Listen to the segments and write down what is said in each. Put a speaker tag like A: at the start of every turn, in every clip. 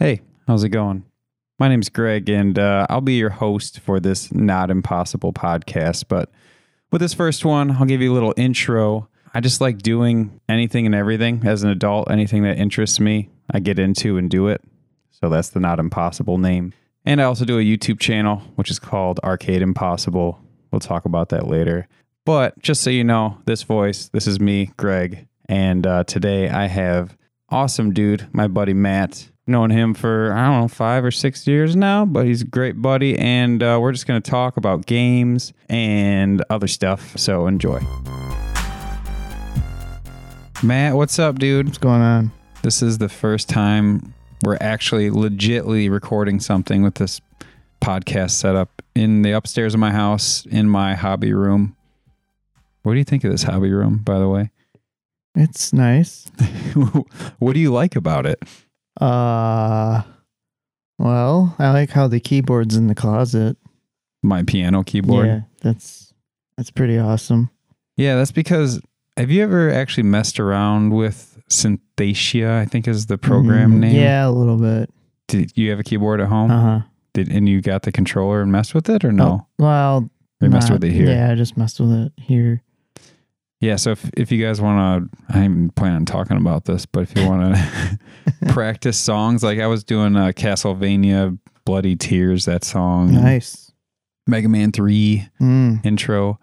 A: Hey, how's it going? My name's Greg, and uh, I'll be your host for this Not Impossible podcast. But with this first one, I'll give you a little intro. I just like doing anything and everything as an adult, anything that interests me, I get into and do it. So that's the Not Impossible name. And I also do a YouTube channel, which is called Arcade Impossible. We'll talk about that later. But just so you know, this voice, this is me, Greg. And uh, today I have awesome dude, my buddy Matt. Known him for, I don't know, five or six years now, but he's a great buddy. And uh, we're just going to talk about games and other stuff. So enjoy. Matt, what's up, dude?
B: What's going on?
A: This is the first time we're actually legitly recording something with this podcast set up in the upstairs of my house in my hobby room. What do you think of this hobby room, by the way?
B: It's nice.
A: what do you like about it?
B: Uh well, I like how the keyboard's in the closet.
A: My piano keyboard.
B: Yeah, that's that's pretty awesome.
A: Yeah, that's because have you ever actually messed around with Synthesia? I think is the program
B: Mm,
A: name. Um,
B: Yeah, a little bit.
A: Did you have a keyboard at home?
B: Uh-huh.
A: Did and you got the controller and messed with it or no?
B: Well,
A: They messed
B: not-
A: with it here.
B: Yeah, I just messed with it here.
A: Yeah, so if, if you guys want to, I didn't plan on talking about this, but if you want to practice songs, like I was doing uh, Castlevania Bloody Tears, that song, and
B: Nice.
A: Mega Man 3
B: Mm.
A: intro,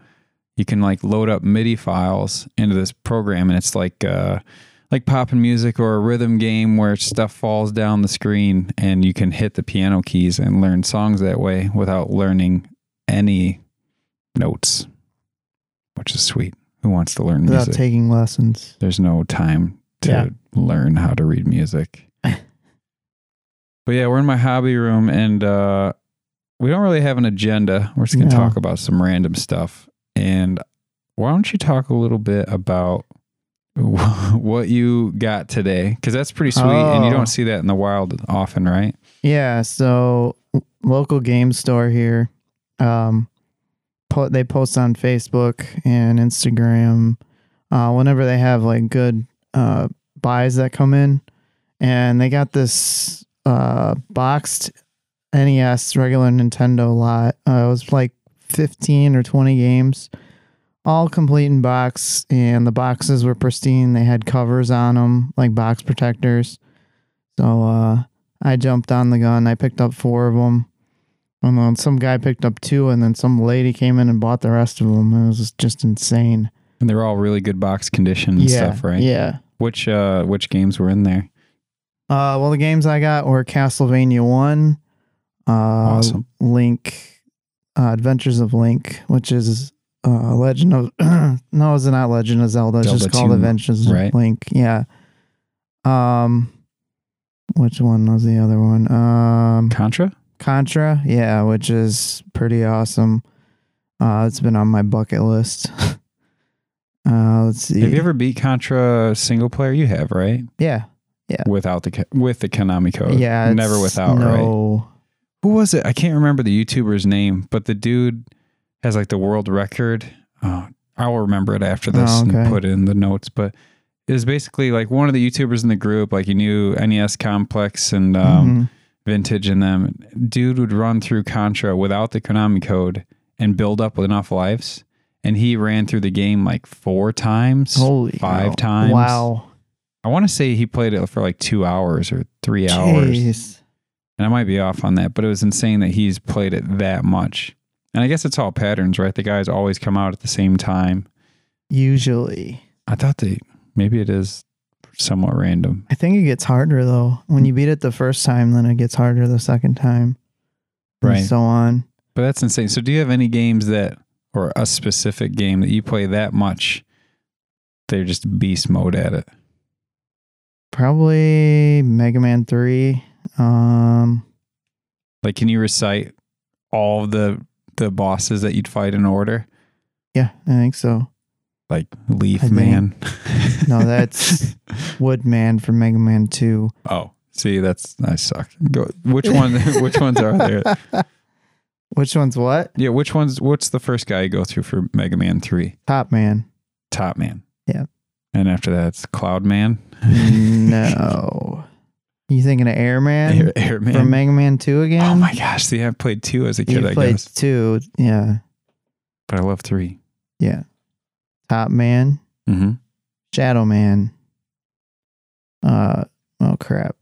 A: you can like load up MIDI files into this program and it's like, uh, like popping music or a rhythm game where stuff falls down the screen and you can hit the piano keys and learn songs that way without learning any notes, which is sweet. Who wants to learn
B: Without
A: music?
B: taking lessons.
A: there's no time to
B: Yeah.
A: learn how to read music. but yeah, we're in my hobby room and uh, we don't really have an agenda. We're just going to
B: No.
A: talk about some random stuff. And why don't you talk a little bit about what you got today? Because that's pretty sweet. And you
B: Oh.
A: don't see that in the wild often, right?
B: Yeah, so l- local game store here. Um po- they post on Facebook and Instagram uh whenever they have like good uh buys that come in and they got this uh boxed NES regular Nintendo lot. Uh, it was like 15 or 20 games all complete in box and the boxes were pristine. They had covers on them like box protectors. So uh I jumped on the gun. I picked up four of them. And then some guy picked up two, and then some lady came in and bought the rest of them. It was just insane.
A: And they're all really good box condition and
B: yeah,
A: stuff, right?
B: Yeah.
A: Which uh, which games were in there?
B: Uh, well, the games I got were Castlevania One, uh,
A: Awesome.
B: Link, uh, Adventures of Link, which is uh, Legend of no, it's not Legend of Zelda. It's
A: Zelda
B: just called
A: 2,
B: Adventures
A: right?
B: of Link. Yeah. Um, which one was the other one? Um,
A: Contra?
B: Contra, yeah, which is pretty awesome. Uh, it's been on my bucket list. uh, let's see.
A: Have you ever beat Contra single player? You have, right?
B: Yeah,
A: without the Ka- with the Konami code.
B: yeah. it's-
A: never without. Right?
B: No.
A: Who was it? I can't remember the YouTuber's name, but the dude has like the world record. Oh, I'll remember it after this
B: Oh,
A: and
B: okay.
A: put it in the notes. But it was basically like one of the YouTubers in the group, like he knew NES Complex and um,
B: Mhm.
A: Vintage and them. Dude would run through Contra without the Konami code and build up enough lives. And he ran through the game like four times.
B: Holy
A: five
B: cow.
A: times.
B: Wow.
A: I want to say he played it for like two hours or three hours.
B: Jeez.
A: And I might be off on that, but it was insane that he's played it that much. And I guess it's all patterns, right? The guys always come out at the same time.
B: Usually,
A: I thought they maybe it is somewhat random.
B: I think it gets harder though. When you beat it the first time, then it gets harder the second time, and
A: Right.
B: So on.
A: But that's insane. So do you have any games that or a specific game that you play that much they're just beast mode at it?
B: Probably Mega Man Three. Um,
A: Like can you recite all the the bosses that you'd fight in order?
B: yeah, I think so.
A: Like Leaf
B: I think-
A: Man.
B: No, that's- Woodman from Mega Man Two.
A: Oh, see, that's I suck. Go, which one? which ones are there?
B: Which one's what?
A: Yeah, which ones? What's the first guy you go through for Mega Man Three?
B: Top Man.
A: Top Man.
B: Yeah. Mm,
A: And after that, it's Cloud Man.
B: No. You thinking of Airman
A: Air, Airman.
B: from Mega Man Two again?
A: Oh my gosh! See, I played two as a kid,
B: you
A: I
B: played
A: guess,
B: two. Yeah,
A: but I love 3
B: yeah. Top Man,
A: Mm-hmm.
B: Shadow Man. Uh oh crap!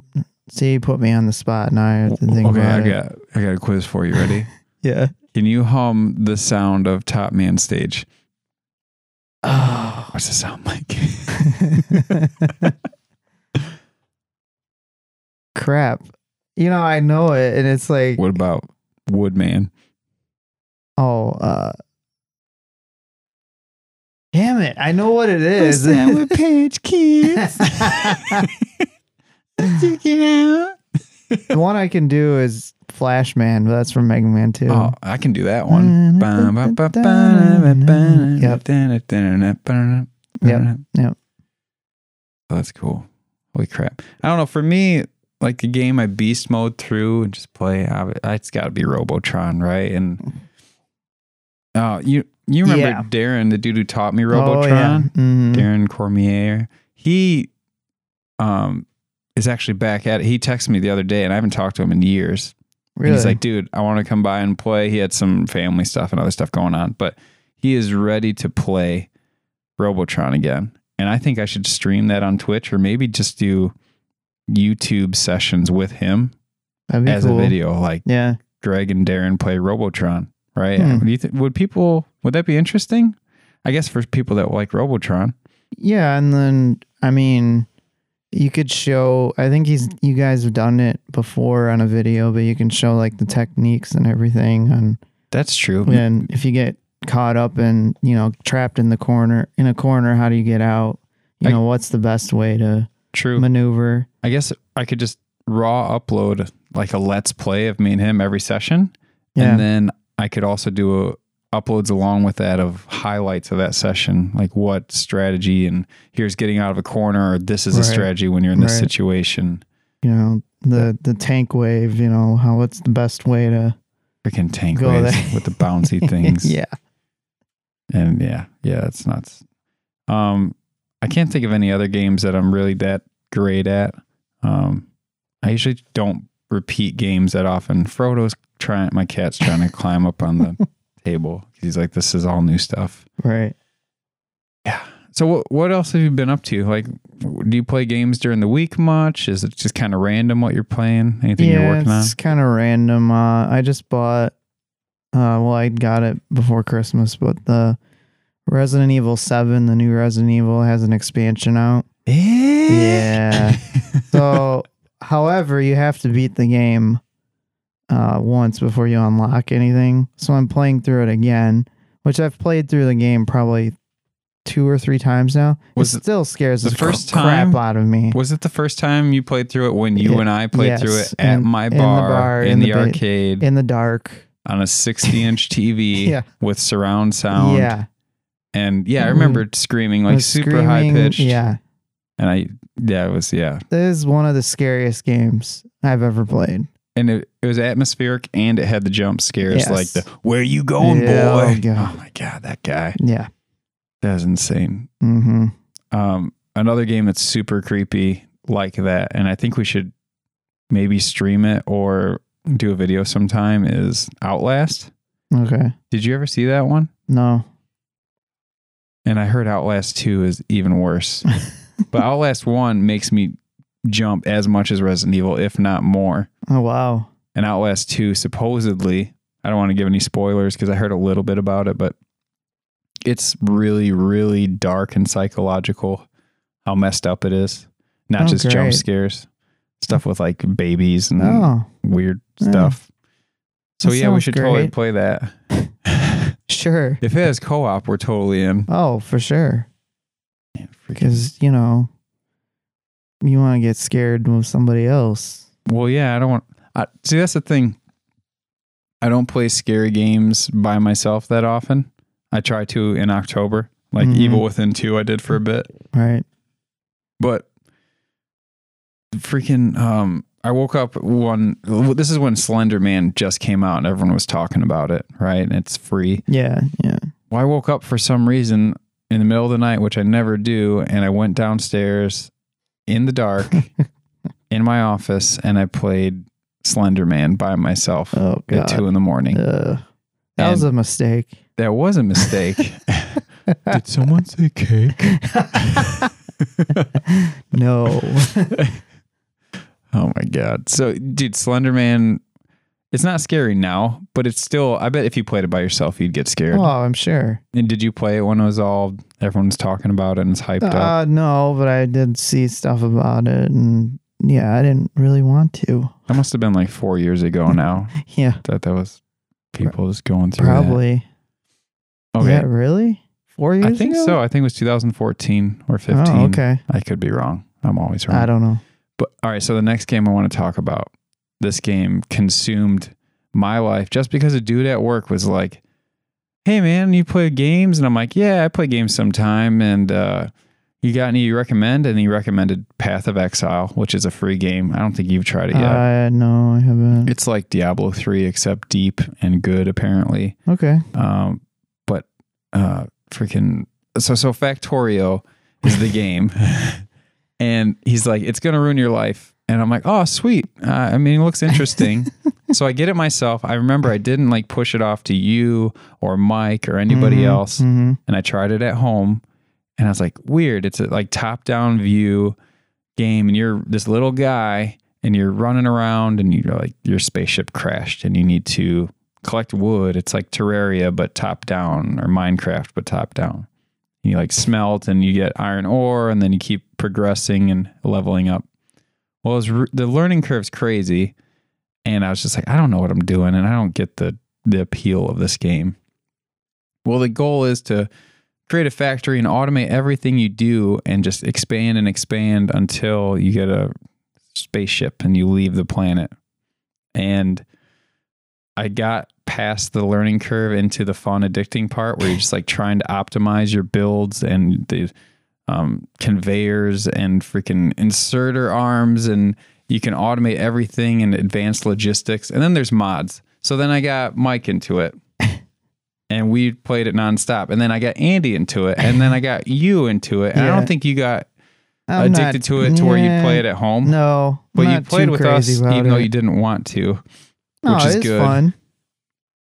B: See, you put me on the spot. Now I have to think
A: okay,
B: about
A: I
B: it.
A: got I got a quiz for you. Ready?
B: Yeah.
A: Can you hum the sound of Top Man stage?
B: Oh.
A: What's the sound like?
B: crap! You know I know it, and it's like
A: what about Woodman?
B: oh. uh Damn it! I know what it is.
A: Pitch Check it out.
B: the one I can do is Flashman, but that's from Mega Man 2.
A: Oh, I can do that one.
B: Yep.
A: Yep.
B: yep.
A: Oh, That's cool. Holy crap. I don't know. For me, like a game I beast mode through and just play, I, it's got to be Robotron, right? And uh, you you remember
B: Yeah.
A: Darren, the dude who taught me
B: Oh,
A: Robotron?
B: yeah. Mhm.
A: Darren Cormier. He um is actually back at it. He texted me the other day and I haven't talked to him in years. And
B: Really?
A: He's like, dude, I want to come by and play. He had some family stuff and other stuff going on, but he is ready to play Robotron again. And I think I should stream that on Twitch or maybe just do YouTube sessions with him
B: That'd be
A: as
B: cool.
A: a video, like
B: Yeah.
A: Greg and Darren play Robotron, right?
B: Hmm.
A: Do you thi- would people, would that be interesting? I guess for people that like Robotron.
B: Yeah. And then, I mean, you could show, I think he's, you guys have done it before on a video, but you can show like the techniques and everything. And,
A: That's true.
B: and if you get caught up and, you know, trapped in the corner, in a corner, how do you get out? You
A: I-
B: know, what's the best way to
A: True.
B: maneuver?
A: I guess I could just raw upload like a let's play of me and him every session.
B: Yeah.
A: And then I could also do a, uploads along with that of highlights of that session, like what strategy and here's getting out of a corner or this is
B: Right.
A: a strategy when you're in this
B: Right.
A: situation.
B: you know the the tank wave you know how what's the best way to
A: Freaking tank
B: Go
A: waves
B: there.
A: with the bouncy things.
B: yeah
A: And yeah, yeah, it's nuts. Um, I can't think of any other games that I'm really that great at. Um, I usually don't repeat games that often. Frodo's trying, my cat's trying to climb up on the table because he's like, this is all new stuff.
B: right
A: So what what else have you been up to? Like, do you play games during the week much? Is it just kind of random what you're playing? Anything you're
B: yeah
A: working on?
B: it's kind of random uh i just bought uh well i got it before christmas but the resident evil 7 the new resident evil has an expansion out
A: Eh?
B: Yeah. so however you have to beat the game uh once before you unlock anything so i'm playing through it again which i've played through the game probably two or three times now
A: Was
B: it
A: it-
B: still scares
A: the
B: the, cr-
A: first
B: crap
A: time-
B: out of me
A: Was it the first time you played through it when you
B: Yeah.
A: and I played through
B: Yes.
A: it at
B: In-
A: my
B: in the
A: bar, in the,
B: bar, in the ba-
A: arcade
B: in the dark
A: on a 60 inch TV
B: Yeah.
A: with surround sound?
B: Yeah.
A: And yeah, I
B: Mhm.
A: remember screaming like
B: was
A: super high
B: screaming.
A: pitched.
B: Yeah.
A: And I, yeah, it was, yeah.
B: This is one of the scariest games I've ever played.
A: And it, it was atmospheric and it had the jump scares
B: Yes.
A: like the, where you going,
B: Yeah, oh,
A: boy?
B: God.
A: Oh my God, that guy.
B: Yeah.
A: That was insane.
B: Mm-hmm.
A: um, another game that's super creepy like that, and I think we should maybe stream it or do a video sometime is Outlast.
B: Okay.
A: Did you ever see that one?
B: No.
A: And I heard Outlast 2 is even worse.
B: Oh,
A: but Outlast 1 makes me jump as much as Resident Evil, if not more.
B: Oh wow.
A: And Outlast 2 supposedly, I don't want to give any spoilers because I heard a little bit about it, but it's really, really dark and psychological how messed up it is. Not
B: Oh,
A: just
B: great.
A: jump scares, stuff with like babies and
B: Oh.
A: weird
B: Yeah.
A: stuff. So
B: That
A: yeah, we
B: sounds
A: should totally
B: great.
A: play that.
B: Sure.
A: if it has co-op, we're totally in.
B: Oh, for sure.
A: Freaking-
B: Because you know, you want to get scared with somebody else.
A: Well, yeah, I don't want. I, see, that's the thing. I don't play scary games by myself that often. I try to in October, like
B: Mhm.
A: Evil Within Two. I did for a bit,
B: Right.
A: but freaking. Um, I woke up one. This is when Slender Man just came out, and everyone was talking about it, right? And it's free.
B: Yeah. Yeah.
A: Well, I woke up for some reason in the middle of the night, which I never do, and I went downstairs in the dark in my office and I played Slender Man by myself
B: Oh
A: at
B: god.
A: two in the morning.
B: Uh, that was a mistake.
A: That was a mistake. Did someone say cake?
B: No.
A: Oh my god. So dude, Slender Man it's not scary now, but it's still I bet if you played it by yourself you'd get scared.
B: oh, I'm sure.
A: And did you play it when it was all everyone's talking about it and it's hyped up?
B: Uh, no, but I did see stuff about it, and yeah, I didn't really want to.
A: That must have been like four years ago now
B: Yeah,
A: that that was people just going through. that.
B: probably.
A: Okay.
B: Yeah, really? Four years?
A: I think
B: ago?
A: so. I think it was 2014 or 15.
B: Oh, okay.
A: I could be wrong. I'm always wrong.
B: I don't know.
A: But all right, so the next game I want to talk about, this game consumed my life just because a dude at work was like, "Hey man, you play games?" And I'm like, "Yeah, I play games sometime." And uh, you got any you recommend? And he recommended Path of Exile, which is a free game. I don't think you've tried it yet.
B: Uh, no, I haven't.
A: it's like Diablo three, except deep and good apparently.
B: Okay.
A: Um, but uh, freaking so so Factorio is the game, and he's like, it's gonna ruin your life, and I'm like, oh sweet. Uh, I mean, it looks interesting. so I get it myself. I remember I didn't like push it off to you or Mike or anybody
B: Mhm,
A: else,
B: mhm.
A: and I tried it at home, and I was like, weird. It's a like top down view game, and you're this little guy. And you're running around, and you're like your spaceship crashed, and you need to collect wood. It's like Terraria, but top down, or Minecraft, but top down. You like smelt and you get iron ore, and then you keep progressing and leveling up. Well, it was re- the learning curve's crazy, and I was just like, I don't know what I'm doing, and I don't get the the appeal of this game. Well, the goal is to create a factory and automate everything you do, and just expand and expand until you get a spaceship and you leave the planet. And I got past the learning curve into the fun addicting part where you're just like trying to optimize your builds and the um, conveyors and freaking inserter arms and you can automate everything and advanced logistics and then there's mods so then i got mike into it and we played it nonstop and then i got andy into it and then i got you into it and i
B: Yeah.
A: don't think you got
B: I'm not-
A: addicted to it to where you play it at home
B: No,
A: but
B: I'm
A: you
B: not
A: played
B: too
A: with us
B: crazy
A: even
B: about
A: though
B: it.
A: you didn't want to
B: No,
A: which is
B: it's
A: good.
B: fun.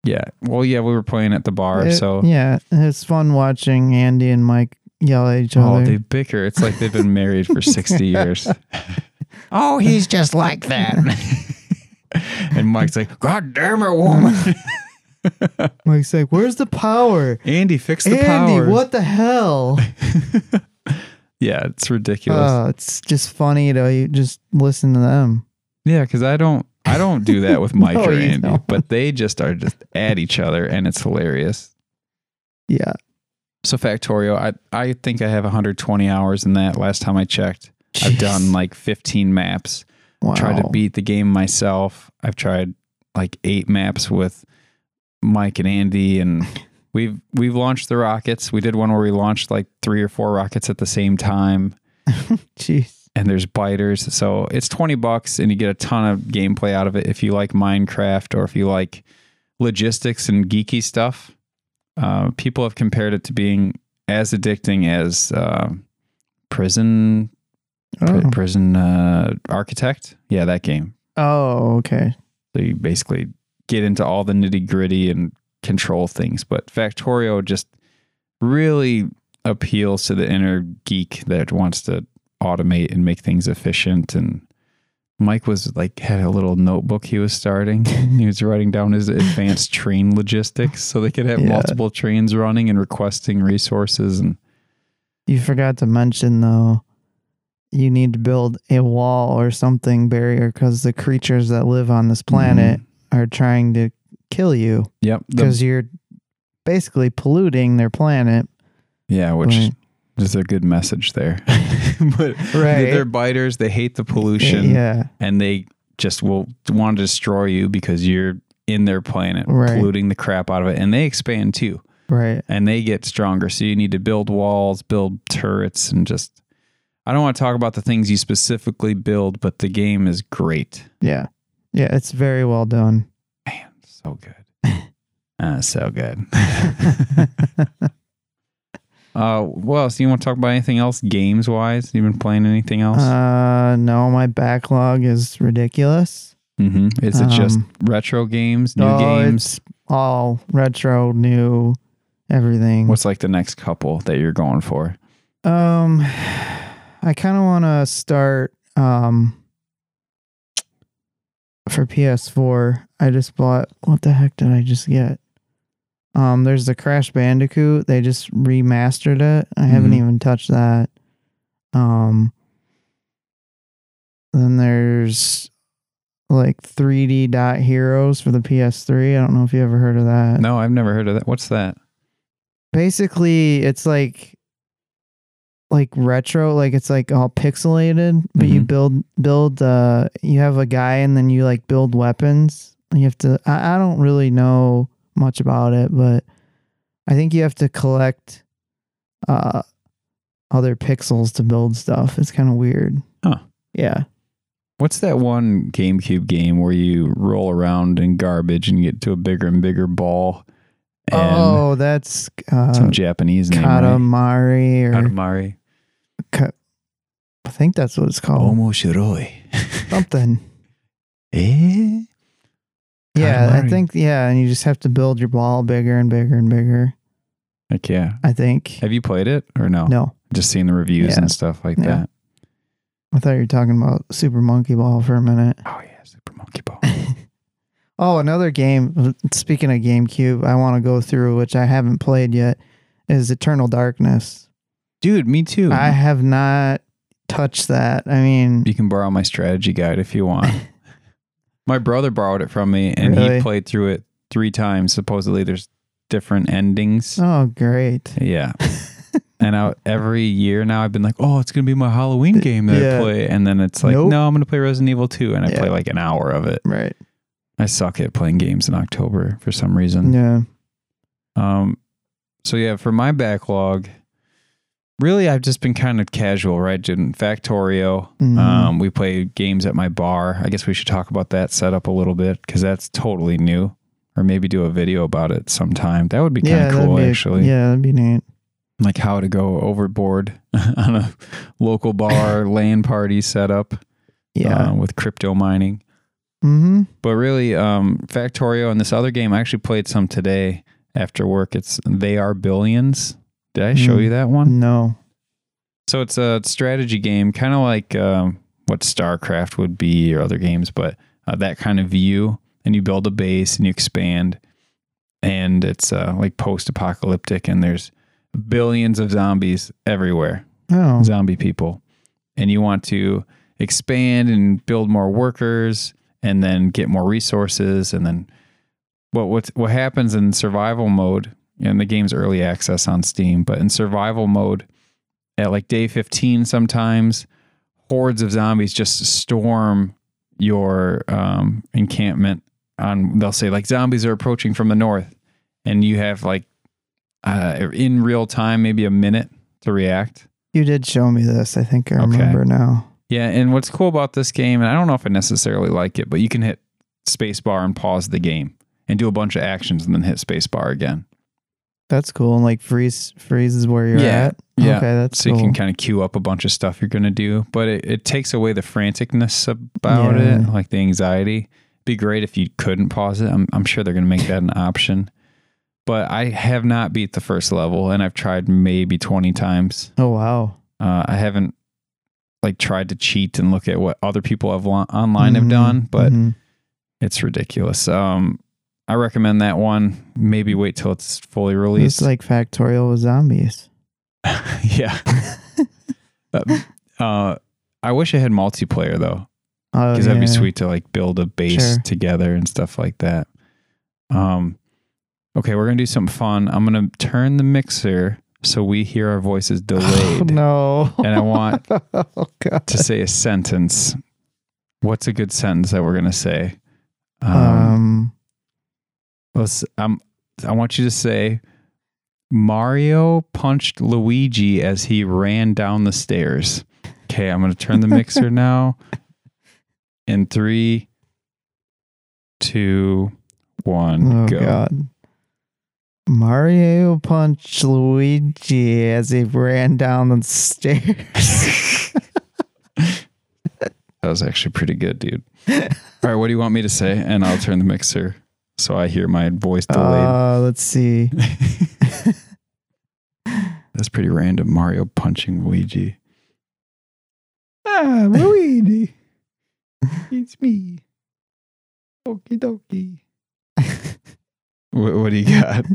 A: yeah well yeah we were playing at the bar
B: It-
A: so
B: yeah, it's fun watching Andy and Mike yell at each
A: Oh,
B: other.
A: they bicker. It's like they've been married for 60 years. oh, he's just like that. and Mike's like, God damn it, woman.
B: Mike's like, "Where's the power,
A: Andy, fix the
B: Andy?
A: power.
B: What the hell?"
A: Yeah, it's ridiculous.
B: Oh, it's just funny to you just listen to them.
A: yeah, because I don't I don't do that with Mike
B: No,
A: or
B: you
A: Andy,
B: don't.
A: but they just are just at each other and it's hilarious.
B: Yeah,
A: So Factorio, I, I think I have 120 hours in that last time I checked. I've
B: Jeez.
A: done like 15 maps.
B: wow.
A: tried to beat the game myself. I've tried like eight maps with Mike and Andy, and we've we've launched the rockets. We did one where we launched like three or four rockets at the same time,
B: Jeez.
A: and there's biters. So it's twenty bucks, and you get a ton of gameplay out of it if you like Minecraft or if you like logistics and geeky stuff. Uh, people have compared it to being as addicting as uh, prison pri-
B: Oh.
A: prison uh, architect. Yeah, that game.
B: Oh, okay.
A: So you basically get into all the nitty gritty and control things. But Factorio just really appeals to the inner geek that wants to automate and make things efficient. And Mike was like, had a little notebook he was starting. he was writing down his advanced train logistics so they could have
B: Yeah.
A: multiple trains running and requesting resources. And
B: You forgot to mention though, you need to build a wall or something barrier because the creatures that live on
A: Mm-hmm.
B: this planet are trying to kill you
A: yep. the-
B: because you're basically polluting their planet.
A: yeah, which.
B: Right.
A: There's a good message there. but
B: Right.
A: they're biters, they hate the pollution,
B: Yeah.
A: and they just will want to destroy you because you're in their planet,
B: Right.
A: polluting the crap out of it. And they expand too,
B: Right.
A: and they get stronger. So you need to build walls, build turrets, and just. I don't want to talk about the things you specifically build, but the game is great.
B: Yeah. Yeah. It's very well done.
A: Man, so good. Uh, so good. Uh, what else? You want to talk about anything else games wise? You been playing anything else?
B: Uh, no, my backlog is ridiculous.
A: hmm Is it just
B: um,
A: retro games, new
B: oh,
A: games?
B: All retro, new, everything.
A: What's like the next couple that you're going for?
B: Um, I kind of want to start. Um, for PS4, I just bought. What the heck did I just get? Um, there's the Crash Bandicoot. They just remastered it. I haven't
A: Mhm.
B: even touched that. Um, then there's like 3D Dot Heroes for the PS3. I don't know if you ever heard of that
A: No, I've never heard of that. What's that?
B: basically it's like like retro like it's like all pixelated but you
A: Mhm.
B: build build uh you have a guy and then you like build weapons you have to I, I don't really know much about it but i think you have to collect uh other pixels to build stuff it's kind of weird
A: Huh.
B: yeah
A: What's that one GameCube game where you roll around in garbage and get to a bigger and bigger ball? And
B: oh that's uh
A: some Japanese name. right?
B: katamari or
A: Katamari.
B: Ka- i think that's what it's called
A: Omoshiroi.
B: something
A: eh?
B: Yeah, I
A: Katamari.
B: think yeah, and you just have to build your ball bigger and bigger and bigger.
A: Like, yeah.
B: I think.
A: Have you played it or no?
B: No,
A: Just seen the reviews
B: Yeah.
A: and stuff like
B: Yeah.
A: that.
B: I thought you were talking about Super Monkey Ball for a minute.
A: Oh, yeah. Super Monkey Ball.
B: Oh, another game. Speaking of GameCube, I want to go through which I haven't played yet is Eternal Darkness.
A: Dude, me too.
B: I have not touched that. I mean,
A: You can borrow my strategy guide if you want. my brother borrowed it from me and
B: Really?
A: he played through it three times. Supposedly, there's different endings.
B: oh great.
A: Yeah. and I, every year now, I've been like, oh, it's going to be my Halloween game that
B: yeah.
A: I play. And then it's like,
B: Nope.
A: no, I'm going to play Resident Evil 2. And I
B: Yeah.
A: play like an hour of it.
B: Right.
A: I suck at playing games in October for some reason.
B: Yeah.
A: Um, so yeah, for my backlog, really, I've just been kind of casual, right? Didn't Factorio.
B: Mhm.
A: Um, we play games at my bar. I guess we should talk about that setup a little bit because that's totally new. Or maybe do a video about it sometime. That would be kind
B: yeah,
A: of
B: that'd
A: cool,
B: be a-
A: actually.
B: yeah, that'd be neat.
A: Like how to go overboard on a local bar LAN party setup
B: Yeah.
A: uh, with crypto mining.
B: mm-hmm.
A: But really, um, Factorio and this other game, I actually played some today after work. It's They Are Billions. Did I show
B: Mm.
A: you that one?
B: No.
A: So it's a strategy game, kind of like um, what StarCraft would be or other games, but uh, that kind of view. And you build a base and you expand. And it's uh, like post apocalyptic, and there's billions of zombies everywhere
B: Oh.
A: zombie people and you want to expand and build more workers and then get more resources and then what what what happens in survival mode and the game's early access on Steam but in survival mode at like day 15 sometimes hordes of zombies just storm your um, encampment on they'll say like zombies are approaching from the north and you have like uh, in real time maybe a minute to react
B: You did show me this. I think I
A: Okay.
B: remember now.
A: yeah, and what's cool about this game, and I don't know if I necessarily like it, but you can hit spacebar and pause the game and do a bunch of actions and then hit spacebar again.
B: That's cool. And like freeze freezes where you're
A: Yeah.
B: at.
A: Yeah.
B: Okay, that's
A: So
B: cool.
A: you can kind of queue up a bunch of stuff you're going to do, but it, it takes away the franticness about it,
B: Yeah.
A: like the anxiety. be great if you couldn't pause it. I'm, I'm sure they're going to make that an option. But I have not beat the first level, and I've tried maybe 20 times.
B: oh wow.
A: Uh, I haven't like tried to cheat and look at what other people have lo- online
B: Mhm,
A: have done, but
B: mhm.
A: it's ridiculous. Um, I recommend that one. Maybe wait till it's fully
B: it's
A: released.
B: like factorial with zombies.
A: yeah. Uh, uh, I wish I had multiplayer though,
B: Oh,
A: because that'd be
B: yeah.
A: sweet to like build a base
B: Sure.
A: together and stuff like that. Um, okay, we're gonna do something fun. I'm gonna turn the mixer so we hear our voices
B: Oh,
A: delayed,
B: no.
A: and I want
B: oh god.
A: to say a sentence. What's a good sentence that we're gonna say?
B: Um,
A: Let's. Um, I want you to say, Mario punched Luigi as he ran down the stairs. Okay, I'm gonna turn the mixer now. In three, two, one,
B: oh
A: go.
B: god. Mario punched Luigi as he ran down the stairs.
A: That was actually pretty good, dude. All right, what do you want me to say? And I'll turn the mixer so I hear my voice delayed.
B: uh, let's see.
A: That's pretty random. Mario punching Luigi. Ah, Luigi. it's me. Okie dokie. what, what do you got?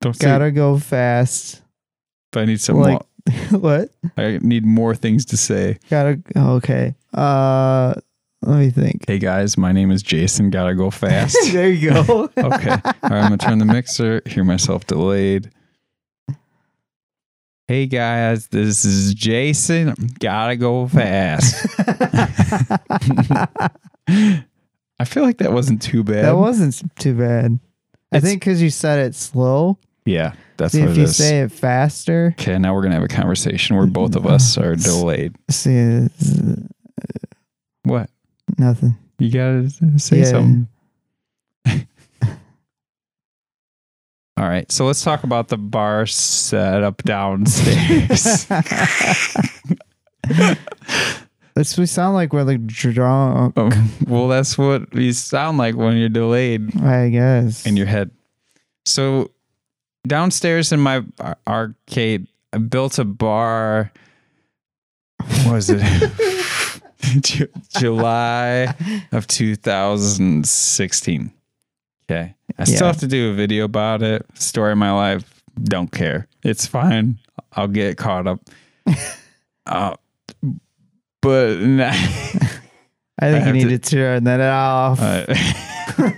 A: Don't say
B: Gotta go fast.
A: I need some
B: like- what?
A: more. I need more things to say.
B: Gotta. Okay. Uh, let me think.
A: Hey guys, my name is Jason. Gotta go fast.
B: there you go.
A: okay. All right, I'm gonna turn the mixer. Hear myself delayed. Hey guys, this is Jason. Gotta go fast.
B: that
A: I feel like that wasn't too bad.
B: wasn't too bad. I
A: It's-
B: think because you said it slow.
A: yeah, that's
B: See
A: what
B: if
A: it
B: you
A: is.
B: say it faster.
A: okay, now we're gonna have a conversation where both of us are delayed.
B: See, it's, uh,
A: What?
B: nothing.
A: You gotta say
B: Yeah.
A: something. All right, so let's talk about the bar setup downstairs.
B: This we sound like we're like drunk.
A: Oh, well, that's what you sound like when you're delayed
B: I guess.
A: in your head. So downstairs in my ar- arcade, I built a bar. What was it? Ju- July of 2016. Okay. I still
B: Yeah.
A: have to do a video about it. Story of my life. Don't care. It's fine. I'll get caught up. uh, but
B: I think
A: I
B: you
A: have to-
B: needed to turn that off.
A: Uh,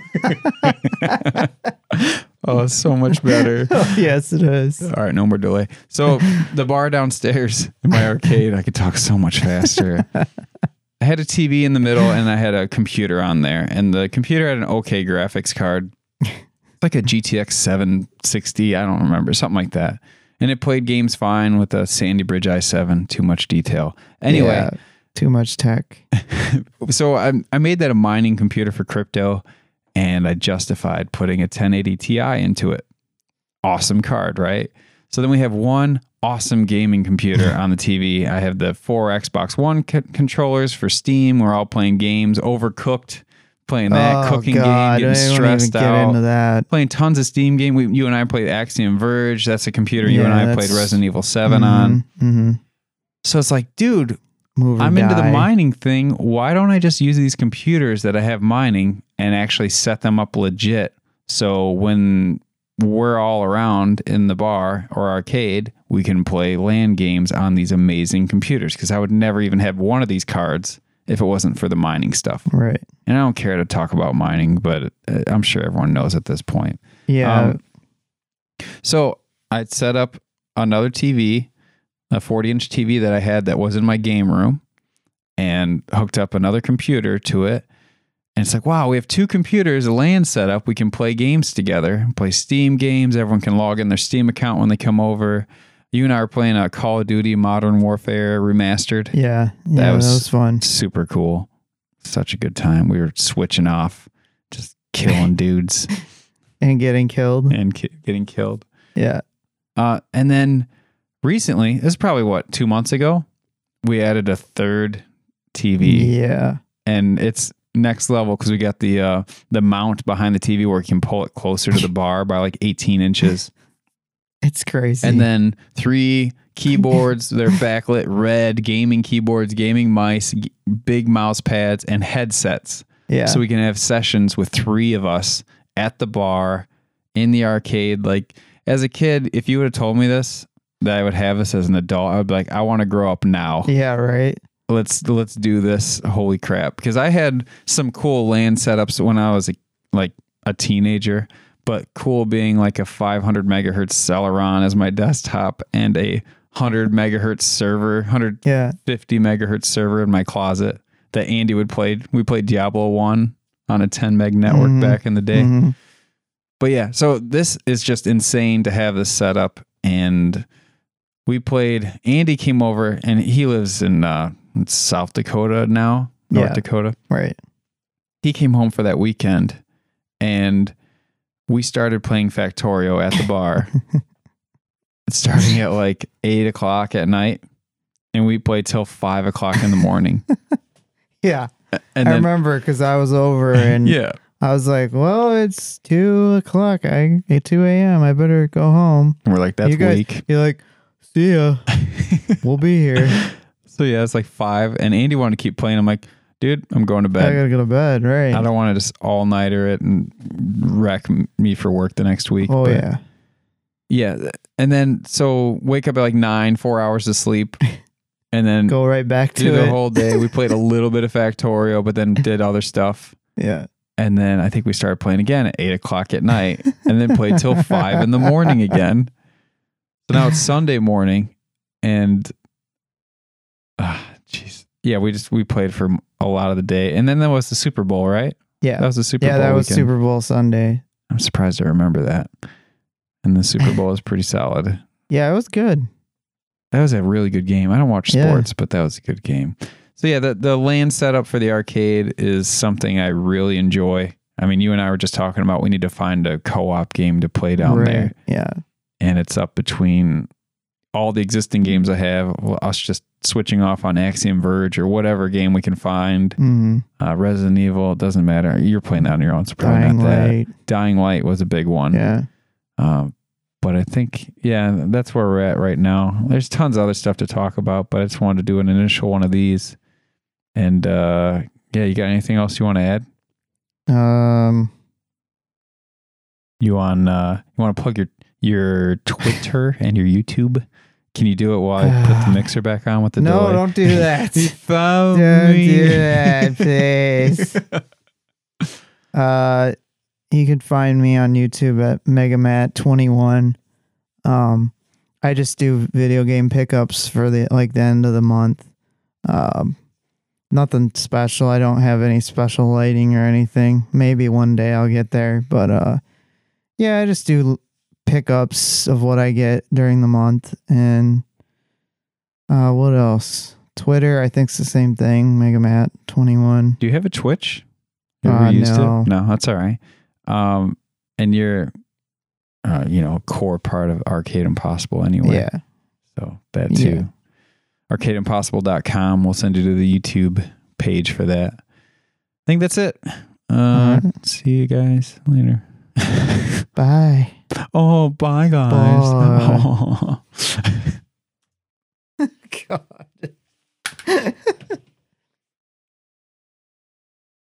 A: oh, it's so much better.
B: Oh, yes, it is.
A: All right, no more delay. So the bar downstairs in my arcade, I could talk so much faster. I had a TV in the middle and I had a computer on there, and the computer had an okay graphics card, like a GTX 760. I don't remember something like that. And it played games fine with a Sandy Bridge i7. Too much detail. Anyway,
B: Yeah, too much tech.
A: so I, I made that a mining computer for crypto and I justified putting a 1080 Ti into it. Awesome card, right? So then we have one awesome gaming computer on the TV. I have the four Xbox One co- controllers for Steam. We're all playing games, overcooked, playing that,
B: oh,
A: cooking
B: God,
A: game,
B: I
A: getting
B: don't
A: stressed
B: even get
A: out.
B: into that.
A: Playing tons of Steam game. We, you and I played Axiom Verge. That's a computer you and
B: Yeah,
A: I
B: that's-
A: played Resident Evil 7 on.
B: Mm-hmm.
A: So it's like, dude,
B: Move or
A: I'm into the
B: die.
A: mining thing. Why don't I just use these computers that I have mining and actually set them up legit? So when we're all around in the bar or arcade, we can play land games on these amazing computers because I would never even have one of these cards if it wasn't for the mining stuff.
B: Right.
A: And I don't care to talk about mining, but uh, I'm sure everyone knows at this point.
B: Yeah.
A: Um, So I'd set up another TV, a 40 inch TV that I had that was in my game room, and hooked up another computer to it. And it's like, wow, we have two computers, a LAN setup. We can play games together, play Steam games. Everyone can log in their Steam account when they come over. You and I are playing a Call of Duty Modern Warfare remastered.
B: yeah. Yeah. That was,
A: was-
B: fun.
A: Super cool. Such a good time. We were switching off, just killing dudes
B: And getting killed.
A: and ki- getting killed.
B: Yeah.
A: Uh, and then recently, this is probably what two months ago, we added a third TV,
B: Yeah.
A: and it's next level because we got the uh, the mount behind the TV where you can pull it closer to the bar by like 18 inches,
B: It's crazy.
A: and then three keyboards. They're backlit red gaming keyboards, gaming mice, g- big mouse pads, and headsets.
B: yeah.
A: So we can have sessions with three of us at the bar, in the arcade. Like as a kid, if you would have told me this that I would have this as an adult, I would be like, I want to grow up now.
B: yeah. Right.
A: Let's let's do this. Holy crap! Because I had some cool land setups when I was a, like a teenager. But cool being like a 500 megahertz Celeron as my desktop and a 100 megahertz server, 100
B: Yeah.
A: 50 megahertz server in my closet that Andy would play. We played Diablo 1 on a 10 meg network
B: Mhm.
A: back in the day.
B: Mhm.
A: But yeah, so this is just insane to have this set up. And we played, Andy came over and he lives in uh, South Dakota now, North
B: Yeah.
A: Dakota.
B: Right.
A: He came home for that weekend and we started playing Factorio at the bar. It's starting at like eight o'clock at night, and we played till five o'clock in the morning.
B: Yeah,
A: And
B: I
A: then,
B: remember because I was over and
A: yeah,
B: I was like, "Well, it's two o'clock. I at two a.m. I better go home."
A: And we're like, that's
B: you guys,
A: weak.
B: You're like, "See ya. we'll be here.
A: So yeah, it's like five, and Andy wanted to keep playing. I'm like, dude, I'm going to
B: I
A: bed.
B: gotta go to bed." Right?
A: I don't want to just all nighter it and wreck m- me for work the next week.
B: oh
A: But-
B: yeah.
A: yeah. th- And then so wake up at like nine, four hours of sleep, and then
B: Go right back
A: do
B: to
A: the
B: it.
A: whole day. We played a little bit of Factorio, but then did other stuff.
B: yeah.
A: And then I think we started playing again at eight o'clock at night and then played till five in the morning again. So now it's Sunday morning and ah, jeez. yeah, we just we played for a lot of the day. And then there was the Super Bowl, right? That
B: Yeah.
A: was the Super
B: Yeah,
A: Bowl.
B: that was
A: weekend.
B: Super Bowl Sunday.
A: I'm surprised I remember that. And the Super Bowl is pretty solid.
B: Yeah, it was good.
A: That was a really good game. I don't watch
B: Yeah.
A: sports, but that was a good game. So yeah, the the land setup for the arcade is something I really enjoy. I mean, you and I were just talking about we need to find a co-op game to play down
B: Right.
A: there,
B: Yeah.
A: and it's up between all the existing games I have, well, us just switching off on Axiom Verge or whatever game we can find.
B: Mm-hmm.
A: Uh, Resident Evil, it doesn't matter. You're playing that on your own, so probably
B: Dying
A: not that.
B: light.
A: Dying Light was a big one.
B: Yeah.
A: Um, but I think, yeah, that's where we're at right now. There's tons of other stuff to talk about, but I just wanted to do an initial one of these. And uh, yeah, you got anything else you want to add?
B: Um.
A: You on? Uh, you want to plug your your Twitter and your YouTube? Can you do it while I put the mixer back on with the
B: no,
A: delay?
B: don't do that.
A: You found
B: don't
A: me.
B: do that, please. Uh, you can find me on YouTube at Megamat21. Um, I just do video game pickups for the like the end of the month. Um, nothing special. I don't have any special lighting or anything. Maybe one day I'll get there, but uh, yeah, I just do l- pickups of what I get during the month and uh, what else? Twitter, I think's the same thing. Megamat21.
A: Do you have a Twitch? You
B: Uh,
A: ever used
B: no.
A: it? No, that's all right. Um, and you're, uh, you know, a core part of Arcade Impossible anyway.
B: Yeah.
A: So that
B: Yeah.
A: too. Arcadeimpossible.com. We'll send you to the YouTube page for that. I think that's it. Uh,
B: All right.
A: See you guys later.
B: Bye.
A: oh, bye, guys.
B: Bye. God.